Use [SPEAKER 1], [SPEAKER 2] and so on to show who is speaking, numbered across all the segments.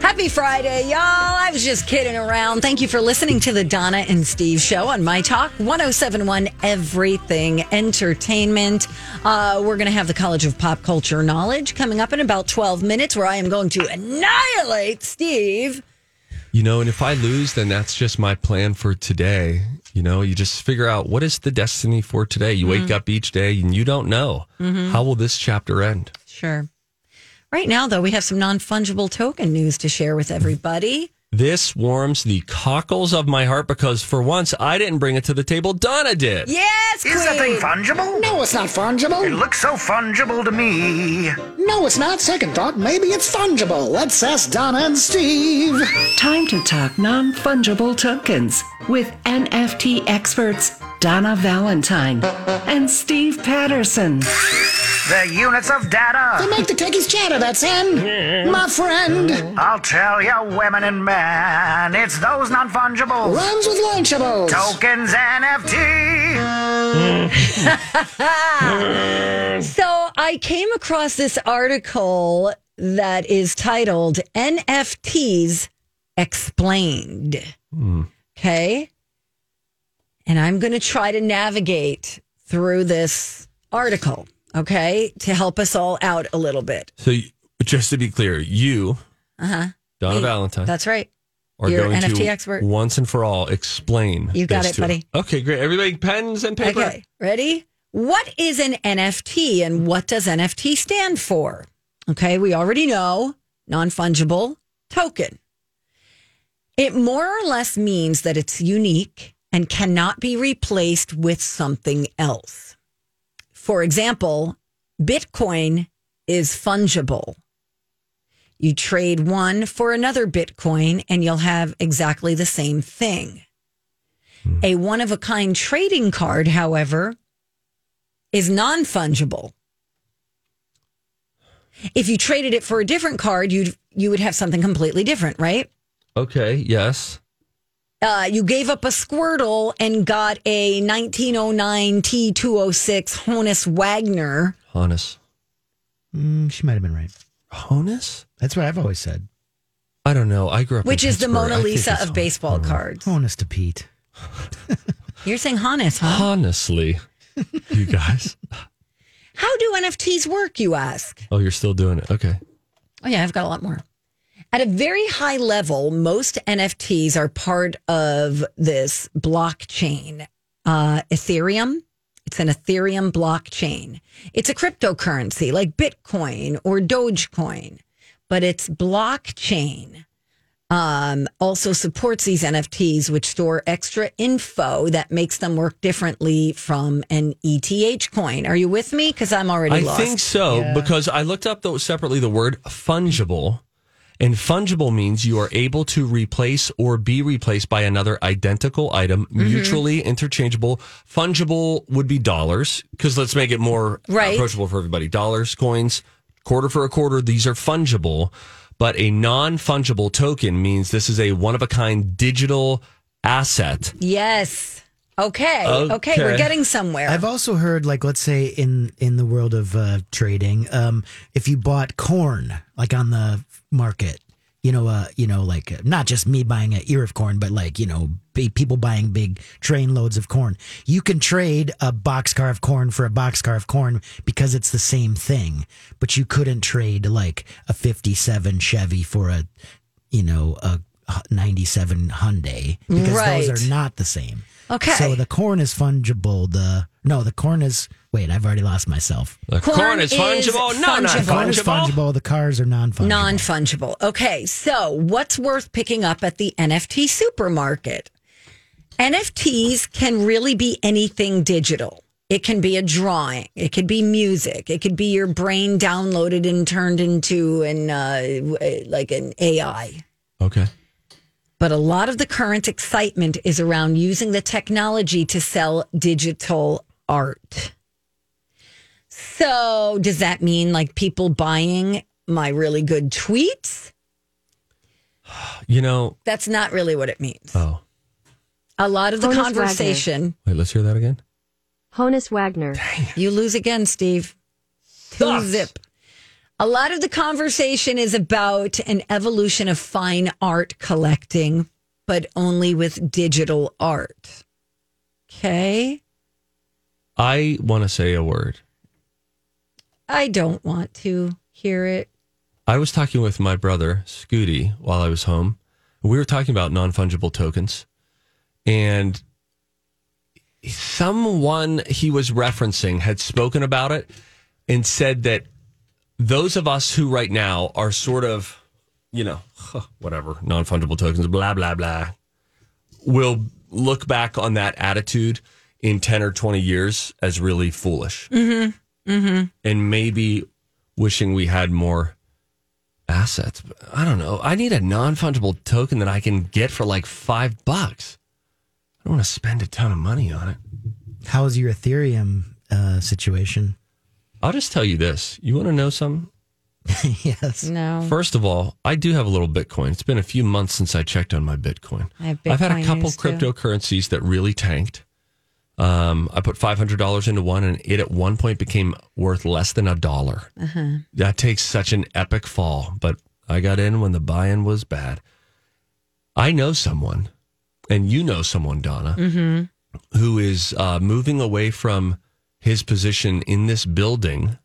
[SPEAKER 1] Happy Friday, y'all. I was just kidding around. Thank you for listening to the Donna and Steve show on My Talk 1071 Everything Entertainment. Uh, we're going to have the College of Pop Culture Knowledge coming up in about 12 minutes, where I am going to annihilate Steve.
[SPEAKER 2] You know, and if I lose, then that's just my plan for today. You know, you just figure out what is the destiny for today. You
[SPEAKER 1] Mm-hmm.
[SPEAKER 2] wake up each day and you don't know how will this chapter end.
[SPEAKER 1] Sure. Right now, though, we have some non fungible token news to share with everybody.
[SPEAKER 2] This warms the cockles of my heart because for once I didn't bring it to the table. Donna did.
[SPEAKER 1] Yes,
[SPEAKER 3] Is that thing
[SPEAKER 1] Queen.
[SPEAKER 3] fungible?
[SPEAKER 4] No, it's not
[SPEAKER 3] It
[SPEAKER 4] fungible.
[SPEAKER 3] looks so fungible to me.
[SPEAKER 4] No, it's not. Second thought, maybe it's fungible. Let's ask Donna and Steve.
[SPEAKER 5] Time to talk non fungible tokens with NFT experts Donna Valentine and Steve Patterson.
[SPEAKER 3] The units of
[SPEAKER 4] They
[SPEAKER 3] data.
[SPEAKER 4] make the techies chatter, that's in. My friend
[SPEAKER 3] I'll tell you, women and men, it's those non-fungible
[SPEAKER 4] runs with Lunchables.
[SPEAKER 3] tokens NFT.
[SPEAKER 1] So I came across this article that is titled NFTs Explained.
[SPEAKER 2] Hmm.
[SPEAKER 1] Okay. And I'm going to try to navigate through this article, okay, to help us all out a little bit.
[SPEAKER 2] So you- just to be clear, you, Donna Valentine,
[SPEAKER 1] That's right.
[SPEAKER 2] are
[SPEAKER 1] Uh-huh. you're
[SPEAKER 2] going
[SPEAKER 1] NFT
[SPEAKER 2] to
[SPEAKER 1] expert.
[SPEAKER 2] once and for all explain.
[SPEAKER 1] You got
[SPEAKER 2] this
[SPEAKER 1] it,
[SPEAKER 2] to us.
[SPEAKER 1] buddy.
[SPEAKER 2] Okay, great. Everybody, pens and paper.
[SPEAKER 1] Okay. Ready? What is an NFT and what does NFT stand for? Okay. We already know non fungible token. It more or less means that it's unique and cannot be replaced with something else. For example, Bitcoin is fungible. You trade one for another Bitcoin and you'll have exactly the same thing. A one of a kind trading card, however, is non fungible. If you traded it for a different card, you'd you would have something completely different, right?
[SPEAKER 2] Okay, yes.
[SPEAKER 1] Uh, you gave up a Squirtle and got a 1909 T206 Honus Wagner.
[SPEAKER 2] Honest.
[SPEAKER 6] Mm, she might have been right.
[SPEAKER 2] Honus?
[SPEAKER 6] That's what I've always said.
[SPEAKER 2] I don't know. I grew up in
[SPEAKER 1] Which is the
[SPEAKER 2] Pittsburgh. I
[SPEAKER 1] Mona
[SPEAKER 2] think
[SPEAKER 1] Lisa
[SPEAKER 2] it's
[SPEAKER 1] of
[SPEAKER 2] Hon-
[SPEAKER 1] baseball cards.
[SPEAKER 6] Honest to Pete.
[SPEAKER 1] You're saying Honus, huh?
[SPEAKER 2] Honestly, you guys.
[SPEAKER 1] How do NFTs work, you ask?
[SPEAKER 2] Oh, you're still doing it. Okay.
[SPEAKER 1] Oh, yeah, I've got a lot more. At a very high level, most NFTs are part of this blockchain. Uh, Ethereum, it's an Ethereum blockchain. It's a cryptocurrency like Bitcoin or Dogecoin, but it's blockchain. Um, also supports these NFTs, which store extra info that makes them work differently from an ETH coin. Are you with me? Because I'm already
[SPEAKER 2] I
[SPEAKER 1] lost.
[SPEAKER 2] think so because I looked up though separately the word fungible, and fungible means you are able to replace or be replaced by another identical item,
[SPEAKER 1] Mm-hmm.
[SPEAKER 2] mutually interchangeable. Fungible would be dollars because let's make it more
[SPEAKER 1] Right.
[SPEAKER 2] approachable for everybody. Dollars, coins, quarter for a quarter. These are fungible, but a non fungible token means this is a one of a kind digital asset.
[SPEAKER 1] Yes. Okay. okay.
[SPEAKER 2] Okay.
[SPEAKER 1] We're getting somewhere.
[SPEAKER 6] I've also heard, like, let's say in in the world of uh, trading, um, if you bought corn, like on the market, you know, uh, you know, like uh, not just me buying an ear of corn, but like you know, big people buying big train loads of corn. You can trade a boxcar of corn for a boxcar of corn because it's the same thing, but you couldn't trade like a '57 Chevy for a, you know, a '97 Hyundai because
[SPEAKER 1] Right.
[SPEAKER 6] those are not the same.
[SPEAKER 1] Okay.
[SPEAKER 6] So the corn is fungible. The no, the corn is. Wait, I've already lost myself.
[SPEAKER 2] The corn,
[SPEAKER 1] Corn
[SPEAKER 2] is
[SPEAKER 1] is
[SPEAKER 2] fungible. No, not
[SPEAKER 1] fungible.
[SPEAKER 6] Corn
[SPEAKER 2] fungible.
[SPEAKER 6] is fungible. The cars are non-fungible.
[SPEAKER 1] Non fungible. Okay, so what's worth picking up at the NFT supermarket? NFTs can really be anything digital. It can be a drawing, it could be music, it could be your brain downloaded and turned into an uh, w- like an AI.
[SPEAKER 2] Okay.
[SPEAKER 1] But a lot of the current excitement is around using the technology to sell digital art. So, does that mean like people buying my really good tweets?
[SPEAKER 2] You know,
[SPEAKER 1] That's not really what it means.
[SPEAKER 2] oh,
[SPEAKER 1] A lot of the
[SPEAKER 7] Honus Wagner.
[SPEAKER 1] conversation,
[SPEAKER 2] wait, let's hear that again.
[SPEAKER 7] Honus Wagner.
[SPEAKER 1] you lose again, Steve. Two zip. A lot of the conversation is about an evolution of fine art collecting, but only with digital art. Okay.
[SPEAKER 2] I want to say a word.
[SPEAKER 1] I don't want to hear it.
[SPEAKER 2] I was talking with my brother, Scooty, while I was home. We were talking about non fungible tokens. And someone he was referencing had spoken about it and said that those of us who right now are sort of, you know, whatever, non fungible tokens, blah, blah, blah, will look back on that attitude in 10 or 20 years as really foolish. Mm-hmm. Mm-hmm. And maybe wishing we had more assets. But I don't know. I need a non fungible token that I can get for like five bucks. I don't want to spend a ton of money on it.
[SPEAKER 6] How's your Ethereum uh, situation?
[SPEAKER 2] I'll just tell you this. You want to know something?
[SPEAKER 6] yes.
[SPEAKER 1] No.
[SPEAKER 2] First of all, I do have a little Bitcoin. It's been a few months since I checked on my Bitcoin.
[SPEAKER 1] I have
[SPEAKER 2] I've had a
[SPEAKER 1] Bitcoin
[SPEAKER 2] couple
[SPEAKER 1] news, too.
[SPEAKER 2] cryptocurrencies that really tanked. Um, I put five hundred dollars into one, and it at one point became worth less than a dollar.
[SPEAKER 1] Uh-huh.
[SPEAKER 2] That takes such an epic fall, but I got in when the buy-in was bad. I know someone, and you know someone, Donna, who is uh, moving away from his position in this building.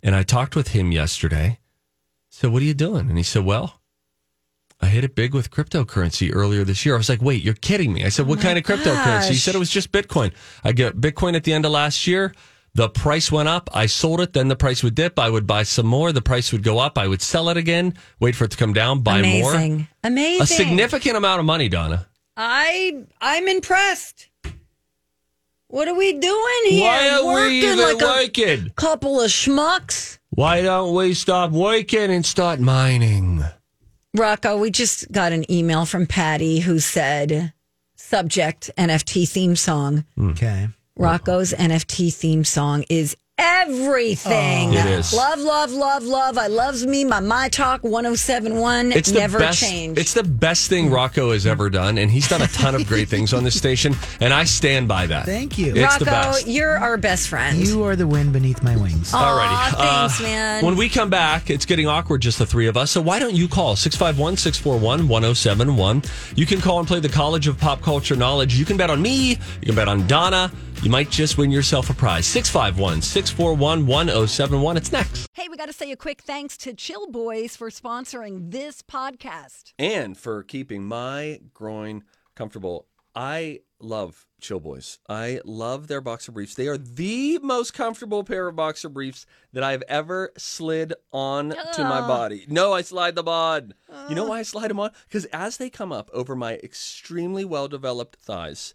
[SPEAKER 2] And I talked with him yesterday. So what are you doing? And he said, "Well, I hit it big with cryptocurrency earlier this year. I was like, wait, you're kidding me. I said, what kind of cryptocurrency? He said it was just Bitcoin. I get Bitcoin at the end of last year. The price went up. I sold it. Then the price would dip. I would buy some more. The price would go up. I would sell it again, wait for it to come down, buy
[SPEAKER 1] Amazing.
[SPEAKER 2] more.
[SPEAKER 1] Amazing.
[SPEAKER 2] A significant amount of money, Donna.
[SPEAKER 1] I I'm impressed. What are we doing here?
[SPEAKER 2] Why are
[SPEAKER 1] Working
[SPEAKER 2] we even
[SPEAKER 1] like
[SPEAKER 2] working?
[SPEAKER 1] a couple of schmucks.
[SPEAKER 2] Why don't we stop working and start mining?
[SPEAKER 1] Rocco, we just got an email from Patty who said, subject NFT theme song.
[SPEAKER 6] Okay.
[SPEAKER 1] Rocco's NFT theme song is everything.
[SPEAKER 2] Oh, It is.
[SPEAKER 1] Love, love, love, love. I loves me. My My Talk 1071.
[SPEAKER 2] It's the
[SPEAKER 1] never
[SPEAKER 2] best.
[SPEAKER 1] changed.
[SPEAKER 2] It's the best thing Rocco has ever done, and he's done a ton of great things on this station, and I stand by that.
[SPEAKER 6] Thank you.
[SPEAKER 2] It's the
[SPEAKER 1] Rocco,
[SPEAKER 2] best.
[SPEAKER 1] you're our best friend.
[SPEAKER 6] You are the wind beneath my wings.
[SPEAKER 1] Aw,
[SPEAKER 2] Alrighty.
[SPEAKER 1] thanks, man.
[SPEAKER 2] Uh, When we come back, it's getting awkward, just the three of us. So why don't you call 651 641 1071? You can call and play the College of Pop Culture Knowledge. You can bet on me. You can bet on Donna. You might just win yourself a prize. 651 641 1071. It's next.
[SPEAKER 1] hey, we got to say a quick thanks to Chill Boys for sponsoring this podcast.
[SPEAKER 2] and for keeping my groin comfortable. I love Chill Boys. I love their boxer briefs. They are the most comfortable pair of boxer briefs that I've ever slid on to my body. No, I slide them on. You know why I slide them on? Because as they come up over my extremely well developed thighs,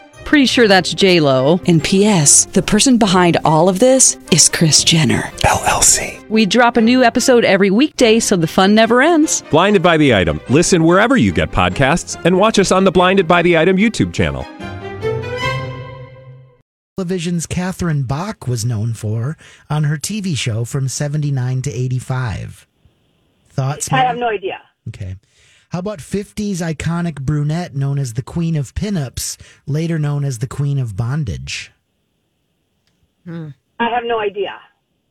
[SPEAKER 8] Pretty sure that's J Lo.
[SPEAKER 9] And P.S. The person behind all of this is Chris Jenner
[SPEAKER 10] LLC.
[SPEAKER 8] We drop a new episode every weekday, so the fun never ends.
[SPEAKER 10] Blinded by the item. Listen wherever you get podcasts, and watch us on the Blinded by the Item YouTube channel.
[SPEAKER 6] Television's Catherine Bach was known for on her TV show from '79 to '85. Thoughts?
[SPEAKER 11] I have no idea.
[SPEAKER 6] Okay. How about 50s iconic brunette known as the Queen of Pinups, later known as the Queen of Bondage?
[SPEAKER 11] I have no idea.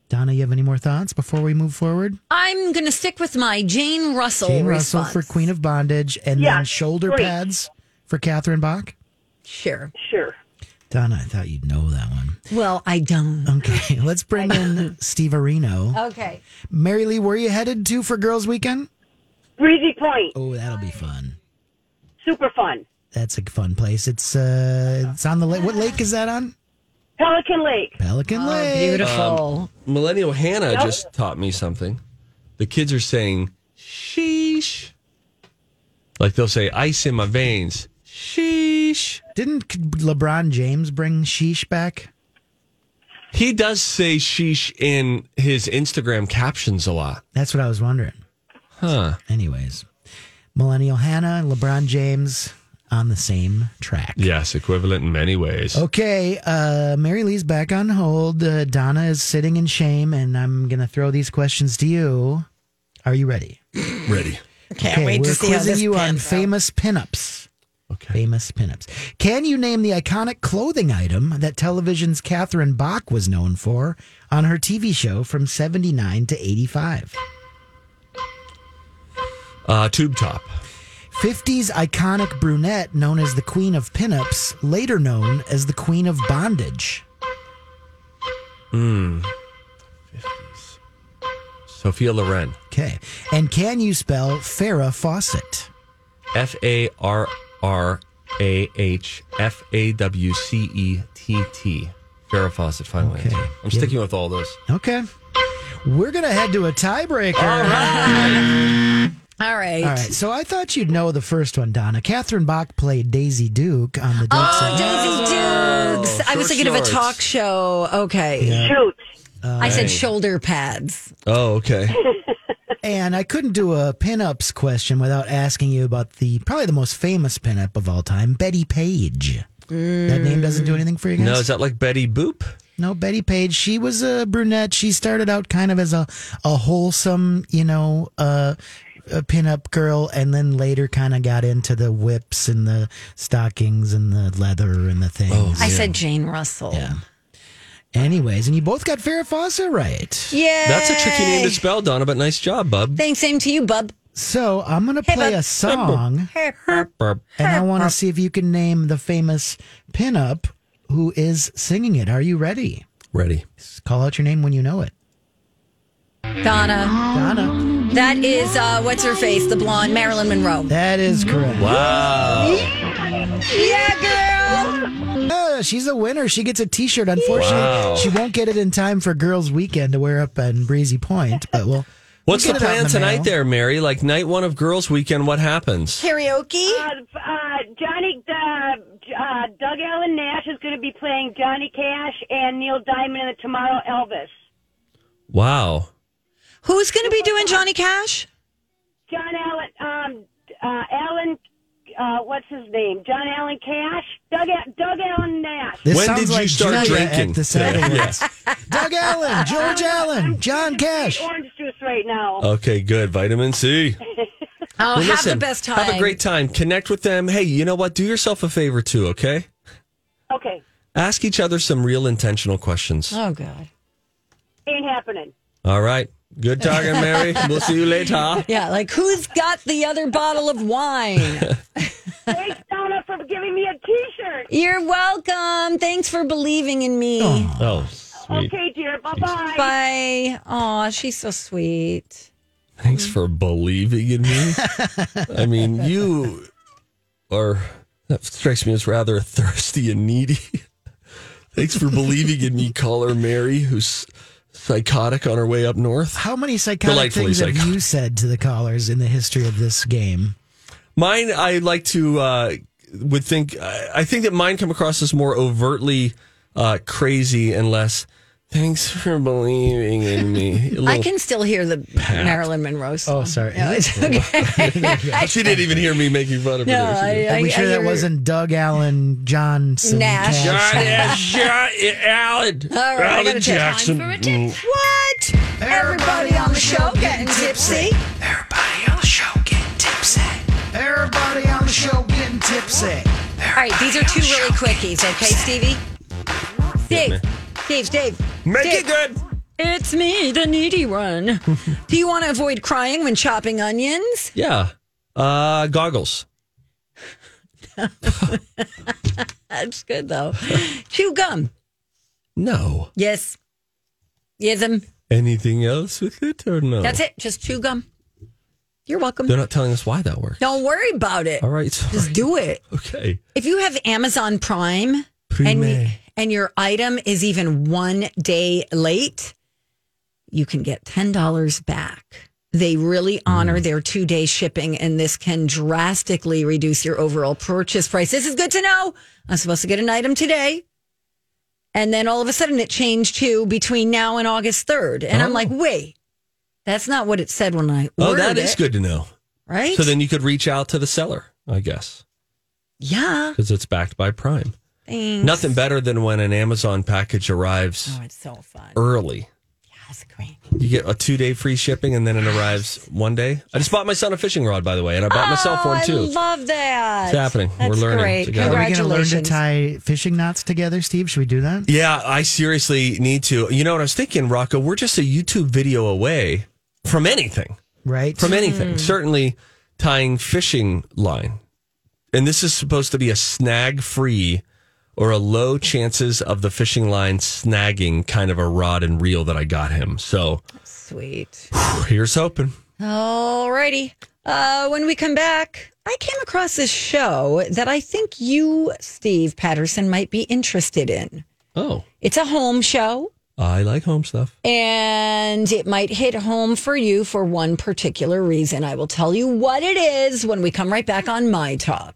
[SPEAKER 6] Donna, you have any more thoughts before we move forward?
[SPEAKER 1] I'm going to stick with my Jane Russell
[SPEAKER 6] Jane Russell
[SPEAKER 1] response.
[SPEAKER 6] for Queen of Bondage and
[SPEAKER 1] Yeah,
[SPEAKER 6] then shoulder
[SPEAKER 1] great.
[SPEAKER 6] pads for Catherine Bach?
[SPEAKER 1] Sure.
[SPEAKER 11] Sure.
[SPEAKER 6] Donna, I thought you'd know that one.
[SPEAKER 1] Well, I don't.
[SPEAKER 6] Okay, let's bring in Steve Areno.
[SPEAKER 1] Okay.
[SPEAKER 6] Mary Lee, where are you headed to for Girls Weekend?
[SPEAKER 11] Breezy Point.
[SPEAKER 6] Oh, that'll be fun.
[SPEAKER 11] Super fun.
[SPEAKER 6] That's a fun place. It's uh, it's on the lake. What lake is that on?
[SPEAKER 11] Pelican Lake.
[SPEAKER 6] Pelican Lake.
[SPEAKER 2] Um, millennial Hannah just taught me something. The kids are saying sheesh. Like they'll say ice in my veins. Sheesh.
[SPEAKER 6] Didn't LeBron James bring sheesh back?
[SPEAKER 2] He does say sheesh in his Instagram captions a lot.
[SPEAKER 6] That's what I was wondering.
[SPEAKER 2] Huh.
[SPEAKER 6] Anyways, Millennial Hannah, LeBron James on the same track.
[SPEAKER 2] Yes, equivalent in many ways.
[SPEAKER 6] Okay, uh, Mary Lee's back on hold. Uh, Donna is sitting in shame, and I'm going to throw these questions to you. Are you ready?
[SPEAKER 2] Ready.
[SPEAKER 1] Can't wait
[SPEAKER 6] we're
[SPEAKER 1] to see how
[SPEAKER 6] quizzing
[SPEAKER 1] this
[SPEAKER 6] you on
[SPEAKER 1] pans out.
[SPEAKER 6] famous pinups. Okay. Famous pinups. Can you name the iconic clothing item that television's Catherine Bach was known for on her TV show from 79 to 85?
[SPEAKER 2] Uh, tube top.
[SPEAKER 6] 50s iconic brunette known as the Queen of Pinups, later known as the Queen of Bondage.
[SPEAKER 2] Hmm. 50s. Sophia Loren.
[SPEAKER 6] Okay. And can you spell Farrah Fawcett?
[SPEAKER 2] F A R R A H F A W C E T T. Farrah Fawcett, finally.
[SPEAKER 6] Okay.
[SPEAKER 2] I'm sticking with all those.
[SPEAKER 6] Okay. We're going to head to a tiebreaker.
[SPEAKER 1] All right.
[SPEAKER 6] All right, so I thought you'd know the first one, Donna. Catherine Bach played Daisy Duke on the Duke
[SPEAKER 1] Oh, Daisy Dukes. I was
[SPEAKER 2] short
[SPEAKER 1] thinking of
[SPEAKER 2] shorts.
[SPEAKER 1] a talk show. Okay.
[SPEAKER 11] Shoot.
[SPEAKER 1] I said shoulder pads.
[SPEAKER 2] Oh, okay.
[SPEAKER 6] And I couldn't do a pinups question without asking you about the probably the most famous pinup of all time, Betty Page. That name doesn't do anything for you guys.
[SPEAKER 2] No, is that like Betty Boop?
[SPEAKER 6] No, Betty Page. She was a brunette. She started out kind of as a, a wholesome, you know, uh, a pinup girl, and then later kind of got into the whips and the stockings and the leather and the things.
[SPEAKER 1] I said Jane Russell. Yeah.
[SPEAKER 6] Anyways, and you both got Farrah Fawcett right.
[SPEAKER 2] That's a tricky name to spell, Donna, but nice job, bub.
[SPEAKER 1] Thanks, same to you, bub.
[SPEAKER 6] So I'm gonna
[SPEAKER 1] Hey,
[SPEAKER 6] play
[SPEAKER 1] bub.
[SPEAKER 6] a song, and I want to see if you can name the famous pinup who is singing it. Are you ready?
[SPEAKER 2] Ready.
[SPEAKER 6] Call out your name when you know it.
[SPEAKER 1] Donna.
[SPEAKER 6] Donna.
[SPEAKER 1] That is, uh, what's her face? The blonde, Marilyn Monroe.
[SPEAKER 6] That is correct.
[SPEAKER 2] Mm-hmm. Wow.
[SPEAKER 1] Yeah, girl.
[SPEAKER 6] Uh, she's a winner. She gets a T-shirt. Unfortunately,
[SPEAKER 2] Wow.
[SPEAKER 6] she won't get it in time for Girls Weekend to wear up in Breezy Point, but we'll
[SPEAKER 2] What's
[SPEAKER 6] We'll
[SPEAKER 2] the
[SPEAKER 6] get it out in
[SPEAKER 2] plan
[SPEAKER 6] the
[SPEAKER 2] tonight
[SPEAKER 6] mail.
[SPEAKER 2] there, Mary? Like night one of girls weekend, what happens?
[SPEAKER 1] Karaoke?
[SPEAKER 11] Uh, uh, Johnny, uh, uh, Doug Allen Nash is going to be playing Johnny Cash and Neil Diamond in the Tomorrow Elvis.
[SPEAKER 2] Wow.
[SPEAKER 1] Who's going to be doing Johnny Cash?
[SPEAKER 11] John Allen, um, uh, Allen, uh, what's his name? John Allen Cash? Doug, Al- Doug Allen Nash.
[SPEAKER 6] This
[SPEAKER 2] when
[SPEAKER 6] sounds
[SPEAKER 2] did you
[SPEAKER 6] like
[SPEAKER 2] start
[SPEAKER 6] Julia at
[SPEAKER 2] drinking?
[SPEAKER 6] the
[SPEAKER 2] today?
[SPEAKER 6] Saturday
[SPEAKER 2] Yes.
[SPEAKER 6] Doug Allen, George Allen, John Cash.
[SPEAKER 11] Orange juice right now.
[SPEAKER 2] Okay, good. Vitamin C.
[SPEAKER 1] Oh,
[SPEAKER 2] Well,
[SPEAKER 1] have
[SPEAKER 2] listen,
[SPEAKER 1] the best time.
[SPEAKER 2] Have a great time. Connect with them. Hey, you know what? Do yourself a favor too, okay?
[SPEAKER 11] Okay.
[SPEAKER 2] Ask each other some real intentional questions.
[SPEAKER 1] Oh, God.
[SPEAKER 11] Ain't happening.
[SPEAKER 2] All right. Good talking, Mary. we'll see you later.
[SPEAKER 1] Yeah, like who's got the other bottle of wine?
[SPEAKER 11] Thanks, Donna, for giving me a T-shirt.
[SPEAKER 1] You're welcome. Thanks for believing in me.
[SPEAKER 2] Oh, sweet.
[SPEAKER 11] Okay, dear. Bye-bye.
[SPEAKER 1] Bye. Aw, she's so sweet.
[SPEAKER 2] Thanks
[SPEAKER 1] Mm-hmm.
[SPEAKER 2] for believing in me. I mean, you are, that strikes me as rather thirsty and needy. Thanks for believing in me, caller Mary, who's psychotic on her way up north.
[SPEAKER 6] How many psychotic
[SPEAKER 2] Delightfully
[SPEAKER 6] things have
[SPEAKER 2] psychotic.
[SPEAKER 6] you said to the callers in the history of this game?
[SPEAKER 2] Mine, I like to uh, would think. I I think that mine come across as more overtly uh, crazy and less. Thanks for believing in me. A
[SPEAKER 1] I
[SPEAKER 2] little-
[SPEAKER 1] can still hear the
[SPEAKER 2] pat.
[SPEAKER 1] Marilyn Monroe song.
[SPEAKER 6] Oh, sorry.
[SPEAKER 1] No, it's okay.
[SPEAKER 2] she didn't even hear me making fun of her.
[SPEAKER 1] No,
[SPEAKER 2] there. She-
[SPEAKER 1] I-
[SPEAKER 6] Are we sure that
[SPEAKER 1] hear-
[SPEAKER 6] wasn't Doug Allen, Johnson,
[SPEAKER 1] Nash.
[SPEAKER 6] Cash?
[SPEAKER 2] Shot it, shot it, Alan.
[SPEAKER 1] All right, I gotta
[SPEAKER 2] Alan
[SPEAKER 1] take time
[SPEAKER 2] Jackson. Mm.
[SPEAKER 1] what? Everybody on the show getting tipsy.
[SPEAKER 4] Everybody on the show getting tipsy. Everybody on the show getting tipsy.
[SPEAKER 1] All right, these are two really quickies, okay, Stevie? Dave, Dave, Dave.
[SPEAKER 2] Mm. Make
[SPEAKER 1] Dave.
[SPEAKER 2] it good.
[SPEAKER 1] It's me, the needy one. Do you want to avoid crying when chopping onions?
[SPEAKER 2] Yeah. Uh, goggles.
[SPEAKER 1] That's good though. Chew gum.
[SPEAKER 2] No.
[SPEAKER 1] Yes. Yism.
[SPEAKER 2] Anything else with it or no?
[SPEAKER 1] That's it. Just chew gum. You're welcome.
[SPEAKER 2] They're not telling us why that worked.
[SPEAKER 1] Don't worry about it.
[SPEAKER 2] All right. Sorry.
[SPEAKER 1] Just do it.
[SPEAKER 2] Okay.
[SPEAKER 1] If you have Amazon Prime and,
[SPEAKER 2] Prime.
[SPEAKER 1] and your item is even one day late, you can get $10 back. They really honor
[SPEAKER 2] Mm.
[SPEAKER 1] their two day shipping, and this can drastically reduce your overall purchase price. This is good to know. I'm supposed to get an item today. And then all of a sudden it changed to between now and August 3rd. And I'm
[SPEAKER 2] Oh.
[SPEAKER 1] like, wait, that's not what it said when I ordered
[SPEAKER 2] Oh, that is
[SPEAKER 1] it,
[SPEAKER 2] good to know.
[SPEAKER 1] Right?
[SPEAKER 2] So then you could reach out to the seller, I guess,
[SPEAKER 1] yeah.
[SPEAKER 2] because it's backed by Prime.
[SPEAKER 1] Thanks.
[SPEAKER 2] Nothing better than when an Amazon package arrives
[SPEAKER 1] Oh, it's so fun.
[SPEAKER 2] early.
[SPEAKER 1] That's great.
[SPEAKER 2] You get a two day free shipping and then it arrives one day. I just bought my son a fishing rod, by the way, and I bought myself
[SPEAKER 1] oh,
[SPEAKER 2] one
[SPEAKER 1] I
[SPEAKER 2] too.
[SPEAKER 1] love that.
[SPEAKER 2] It's happening. We're
[SPEAKER 1] That's
[SPEAKER 2] learning
[SPEAKER 1] Great.
[SPEAKER 2] together.
[SPEAKER 6] Are we going to learn to
[SPEAKER 1] Congratulations.
[SPEAKER 6] tie fishing knots together, Steve? Should we do that?
[SPEAKER 2] yeah, I seriously need to. You know what I was thinking, Rocco? We're just a YouTube video away from anything.
[SPEAKER 6] Right?
[SPEAKER 2] From anything. Certainly tying fishing line. And this is supposed to be a snag free or a low chances of the fishing line snagging kind of a rod and reel that I got him. So
[SPEAKER 1] Sweet.
[SPEAKER 2] here's hoping.
[SPEAKER 1] Alrighty. Uh, when we come back, I came across this show that I think you, Steve Patterson, might be interested in.
[SPEAKER 2] Oh,
[SPEAKER 1] It's a home show,
[SPEAKER 2] I like home stuff.
[SPEAKER 1] and it might hit home for you for one particular reason. I will tell you what it is when we come right back on My Talk.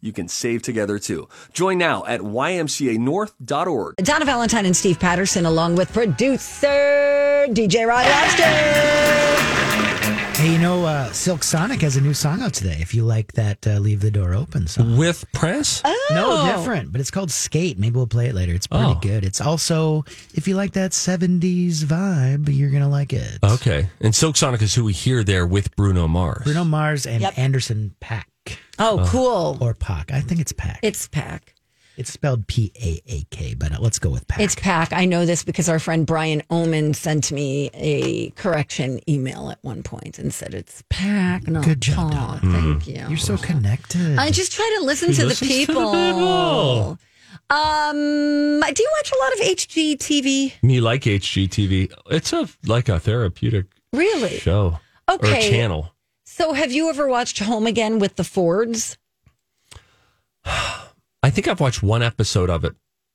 [SPEAKER 12] you can save together too. Join now at ymcanorth.org.
[SPEAKER 1] Donna Valentine and Steve Patterson, along with producer DJ Rod Lobster.
[SPEAKER 6] Hey, you know, uh, Silk Sonic has a new song out today. If you like that uh, Leave the Door Open
[SPEAKER 1] Mm.
[SPEAKER 6] song.
[SPEAKER 2] With Prince?
[SPEAKER 6] No,
[SPEAKER 1] Oh.
[SPEAKER 6] different, but it's called Skate. Maybe we'll play it later. It's pretty
[SPEAKER 2] Oh.
[SPEAKER 6] good. It's also, if you like that 70s vibe, you're going to like it.
[SPEAKER 2] Okay. And Silk Sonic is who we hear there with Bruno Mars.
[SPEAKER 6] Bruno Mars and
[SPEAKER 1] Yep.
[SPEAKER 6] Anderson Pack
[SPEAKER 1] Oh, cool.
[SPEAKER 6] or Pac. I think it's Pack.
[SPEAKER 1] It's Pack.
[SPEAKER 6] It's spelled P A A K, but let's go with Pack.
[SPEAKER 1] It's Pack. I know this because our friend Brian Oman sent me a correction email at one point and said it's Pack. Not
[SPEAKER 6] Good job,
[SPEAKER 1] Paw.
[SPEAKER 6] Donna.
[SPEAKER 1] Thank you.
[SPEAKER 6] You're so connected.
[SPEAKER 1] I just try to listen
[SPEAKER 6] He
[SPEAKER 1] to the,
[SPEAKER 6] listens to the
[SPEAKER 1] people.
[SPEAKER 2] people.
[SPEAKER 1] Um, do you watch a lot of HGTV?
[SPEAKER 2] Me like HGTV. It's a like a therapeutic
[SPEAKER 1] Really?
[SPEAKER 2] show
[SPEAKER 1] Okay.
[SPEAKER 2] or channel.
[SPEAKER 1] So, have you ever watched Home Again with the Fords?
[SPEAKER 2] I think I've watched one episode of it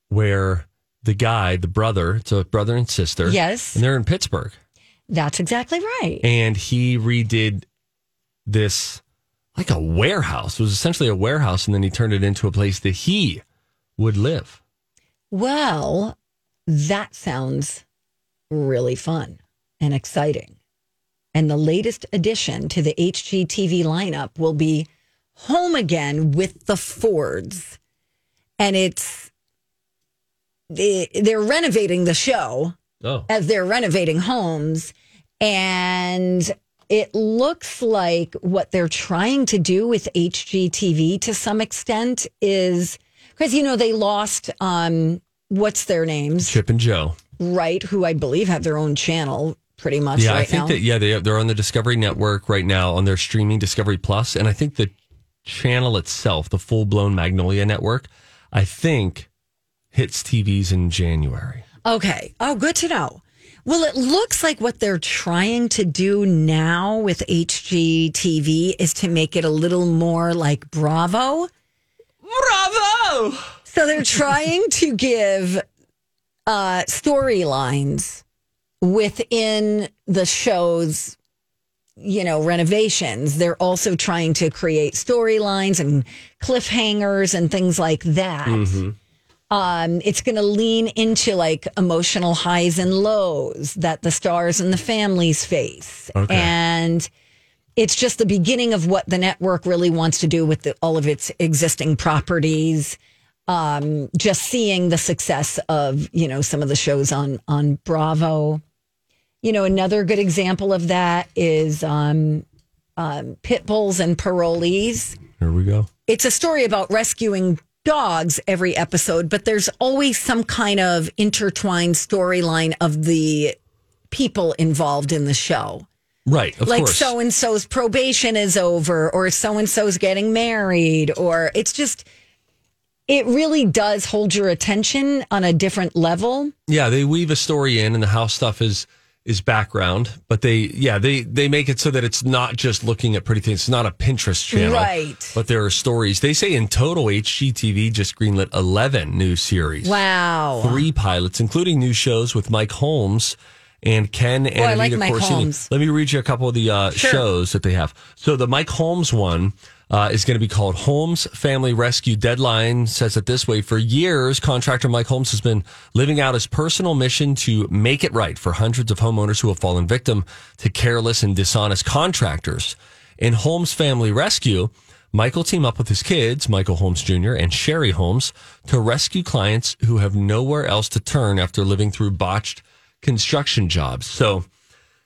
[SPEAKER 2] where the guy, the brother, it's a brother and sister.
[SPEAKER 1] Yes.
[SPEAKER 2] And they're in Pittsburgh.
[SPEAKER 1] That's exactly right.
[SPEAKER 2] And he redid this like a warehouse. It was essentially a warehouse, and then he turned it into a place that he would live.
[SPEAKER 1] Well, that sounds really fun and exciting. And the latest addition to the HGTV lineup will be Home Again with the Fords. And it's they- they're renovating the show
[SPEAKER 2] Oh.
[SPEAKER 1] as they're renovating homes and it looks like what they're trying to do with HGTV to some extent is because you know they lost um what's their names
[SPEAKER 2] Chip and Joe.
[SPEAKER 1] right who I believe have their own channel pretty much
[SPEAKER 2] yeah,
[SPEAKER 1] right
[SPEAKER 2] I think
[SPEAKER 1] now
[SPEAKER 2] that yeah, they they're on the Discovery Network right now on their streaming Discovery Plus, and I think the channel itself, the full blown Magnolia Network, I think hits TVs in January.
[SPEAKER 1] Okay. Oh, good to know. Well, it looks like what they're trying to do now with HGTV is to make it a little more like Bravo. Bravo! So they're trying to give uh, storylines within the show's you know renovations they're also trying to create storylines and cliffhangers and things like that um, it's going to lean into like emotional highs and lows that the stars and the families face.
[SPEAKER 11] Okay.
[SPEAKER 1] And it's just the beginning of what the network really wants to do with the, all of its existing properties. Um, just seeing the success of, you know, some of the shows on, on Bravo. You know, another good example of that is um, um, pit bulls and parolees
[SPEAKER 2] Here we go.
[SPEAKER 1] it's a story about rescuing dogs every episode, but there's always some kind of intertwined storyline of the people involved in the show.
[SPEAKER 2] Right, of
[SPEAKER 1] like
[SPEAKER 2] course.
[SPEAKER 1] so and so's probation is over, or so and so's getting married, or it's just, it really does hold your attention on a different level.
[SPEAKER 2] Yeah, they weave a story in, and the house stuff is is background, but they yeah they they make it so that it's not just looking at pretty things. It's not a Pinterest channel,
[SPEAKER 1] Right.
[SPEAKER 2] But there are stories. They say in total, HGTV just greenlit eleven new series.
[SPEAKER 1] Wow.
[SPEAKER 2] three pilots, including new shows with Mike Holmes and Ken and
[SPEAKER 1] Oh, I
[SPEAKER 2] Anita
[SPEAKER 1] like Mike
[SPEAKER 2] Corsini.
[SPEAKER 1] Holmes.
[SPEAKER 2] Let me read you a couple of the uh,
[SPEAKER 1] Sure.
[SPEAKER 2] shows that they have. So the Mike Holmes one. Uh, is going to be called Holmes Family Rescue. Deadline says it this way. For years, contractor Mike Holmes has been living out his personal mission to make it right for hundreds of homeowners who have fallen victim to careless and dishonest contractors. In Holmes Family Rescue, Michael team up with his kids, Michael Holmes Jr. and Sherry Holmes, to rescue clients who have nowhere else to turn after living through botched construction jobs. So,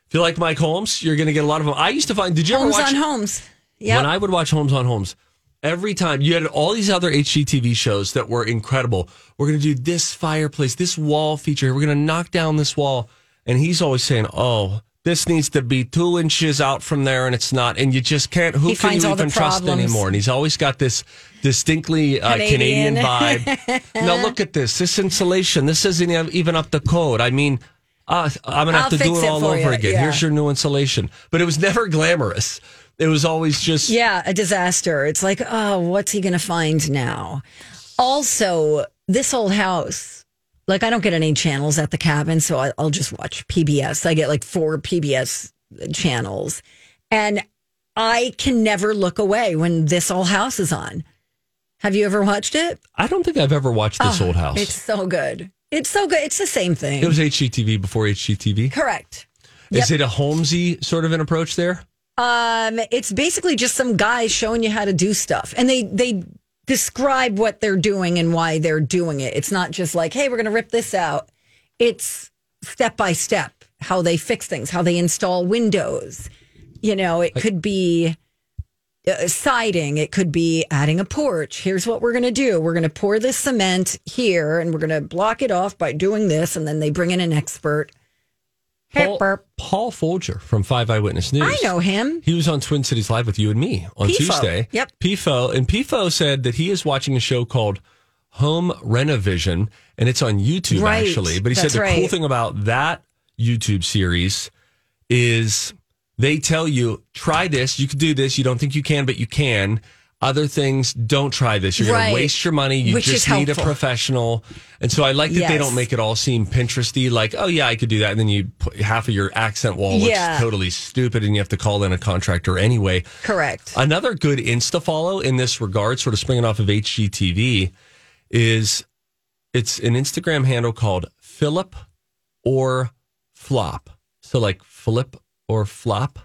[SPEAKER 2] if you like Mike Holmes, you're going to get a lot of them. I used to find. Did you
[SPEAKER 1] Homes
[SPEAKER 2] ever watch
[SPEAKER 1] on Homes.
[SPEAKER 2] when
[SPEAKER 1] Yeah.
[SPEAKER 2] I would watch Homes on Homes, every time you had all these other HGTV shows that were incredible. We're going to do this fireplace, this wall feature. We're going to knock down this wall. And he's always saying, oh, this needs to be two inches out from there, and it's not. And you just can't. Who
[SPEAKER 1] He
[SPEAKER 2] can
[SPEAKER 1] finds
[SPEAKER 2] you
[SPEAKER 1] all the
[SPEAKER 2] even trust
[SPEAKER 1] problems.
[SPEAKER 2] anymore? And he's always got this distinctly uh,
[SPEAKER 1] Canadian.
[SPEAKER 2] Canadian vibe. now look at this. This insulation. This isn't even up to code. I mean, uh, I'm gonna
[SPEAKER 1] I'll
[SPEAKER 2] have to do
[SPEAKER 1] fix
[SPEAKER 2] it
[SPEAKER 1] it
[SPEAKER 2] all
[SPEAKER 1] for
[SPEAKER 2] over
[SPEAKER 1] you,
[SPEAKER 2] again.
[SPEAKER 1] yeah.
[SPEAKER 2] Here's your new insulation. But it was never glamorous. It was always just
[SPEAKER 1] Yeah, a disaster. It's like, oh, what's he going to find now? Also, this old house, like, I don't get any channels at the cabin, so I, I'll just watch PBS. I get like four PBS channels, and I can never look away when this old house is on. Have you ever watched it?
[SPEAKER 2] I don't think I've ever watched this
[SPEAKER 1] Oh,
[SPEAKER 2] old house.
[SPEAKER 1] It's so good. It's so good. It's the same thing.
[SPEAKER 2] It was HGTV before HGTV.
[SPEAKER 1] Correct.
[SPEAKER 2] Is it a Holmesy sort of an approach there?
[SPEAKER 1] Um, it's basically just some guy showing you how to do stuff, and they they describe what they're doing and why they're doing it. It's not just like, hey, we're going to rip this out. It's step by step how they fix things, how they install windows. You know, it could be uh, siding. It could be adding a porch. Here's what we're going to do. We're going to pour this cement here and we're going to block it off by doing this. And then they bring in an expert. Hey,
[SPEAKER 2] Paul, Paul Folger from Five Eyewitness News.
[SPEAKER 1] I know him.
[SPEAKER 2] He was on Twin Cities Live with you and me on
[SPEAKER 1] PFO.
[SPEAKER 2] Tuesday.
[SPEAKER 1] Yep.
[SPEAKER 2] PFO. And PFO said that he is watching a show called Home Renovision, and it's on YouTube,
[SPEAKER 1] Right.
[SPEAKER 2] actually. But he
[SPEAKER 1] That's
[SPEAKER 2] said the cool
[SPEAKER 1] right.
[SPEAKER 2] thing about that YouTube series is they tell you, try this, you can do this, you don't think you can, but you can. Other things, don't try this. You're going
[SPEAKER 1] Right.
[SPEAKER 2] to waste your money. You
[SPEAKER 1] Which is
[SPEAKER 2] just need a
[SPEAKER 1] helpful.
[SPEAKER 2] professional. And so I like that they
[SPEAKER 1] Yes.
[SPEAKER 2] don't make it all seem Pinteresty. Like, oh yeah, I could do that, and then you put half of your accent wall looks
[SPEAKER 1] Yeah.
[SPEAKER 2] totally stupid, and you have to call in a contractor anyway.
[SPEAKER 1] Correct.
[SPEAKER 2] Another good Insta follow in this regard, sort of springing off of HGTV, is it's an Instagram handle called Philip or Flop. So like Philip or Flop.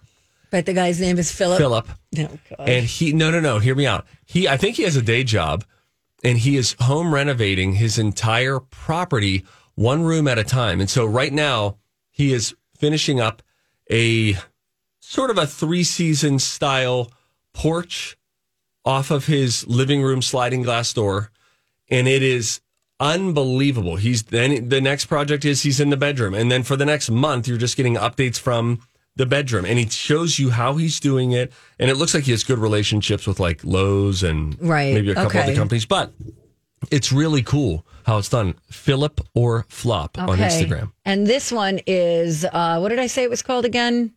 [SPEAKER 1] But the guy's name is Philip.
[SPEAKER 2] Philip.
[SPEAKER 1] Oh, God.
[SPEAKER 2] And he no no no, hear me out. He I think he has a day job and he is home renovating his entire property one room at a time. And so right now he is finishing up a sort of a three season style porch off of his living room sliding glass door and it is unbelievable. He's then the next project is he's in the bedroom, and then for the next month you're just getting updates from the bedroom, and he shows you how he's doing it, and it looks like he has good relationships with like Lowe's and
[SPEAKER 1] Right.
[SPEAKER 2] maybe a couple
[SPEAKER 1] Okay.
[SPEAKER 2] other companies, but it's really cool how it's done. Philip or Flop on Instagram.
[SPEAKER 1] And this one is, uh, what did I say it was called again?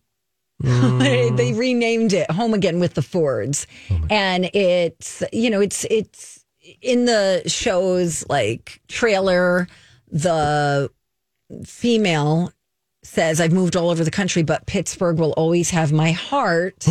[SPEAKER 2] Mm.
[SPEAKER 1] they renamed it Home Again with the Fords.
[SPEAKER 2] Oh
[SPEAKER 1] and it's, you know, it's, it's in the show's like trailer, the female says, I've moved all over the country, but Pittsburgh will always have my heart.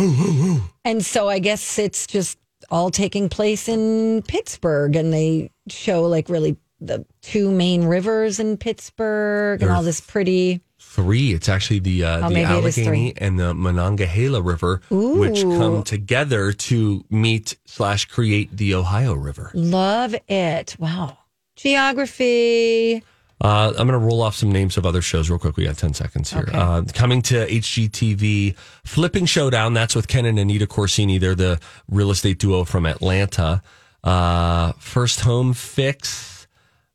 [SPEAKER 1] and so I guess it's just all taking place in Pittsburgh. And they show like really the two main rivers in Pittsburgh and
[SPEAKER 2] There-
[SPEAKER 1] all this pretty.
[SPEAKER 2] Three. It's actually the uh,
[SPEAKER 1] Oh,
[SPEAKER 2] the
[SPEAKER 1] maybe it is
[SPEAKER 2] Allegheny and the Monongahela River, which
[SPEAKER 1] Ooh.
[SPEAKER 2] come together to meet slash create the Ohio River.
[SPEAKER 1] Love it. Wow. Geography.
[SPEAKER 2] Uh, I'm going to roll off some names of other shows real quick. We got 10 seconds here.
[SPEAKER 1] Okay.
[SPEAKER 2] Uh, coming to HGTV, Flipping Showdown. That's with Ken and Anita Corsini. They're the real estate duo from Atlanta. Uh, First Home Fix,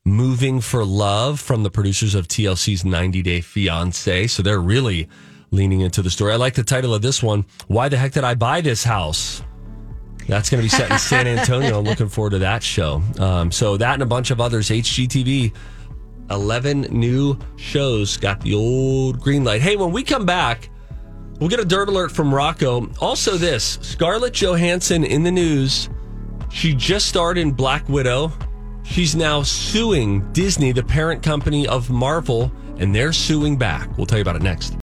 [SPEAKER 2] Moving for Love from the producers of TLC's 90 Day Fiance. So they're really leaning into the story. I like the title of this one Why the Heck Did I Buy This House? That's going to be set in San Antonio. I'm looking forward to that show. Um, so that and a bunch of others. HGTV, 11 new shows got the old green light. Hey, when we come back, we'll get a dirt alert from Rocco. Also, this Scarlett Johansson in the news. She just starred in Black Widow. She's now suing Disney, the parent company of Marvel, and they're suing back. We'll tell you about it next.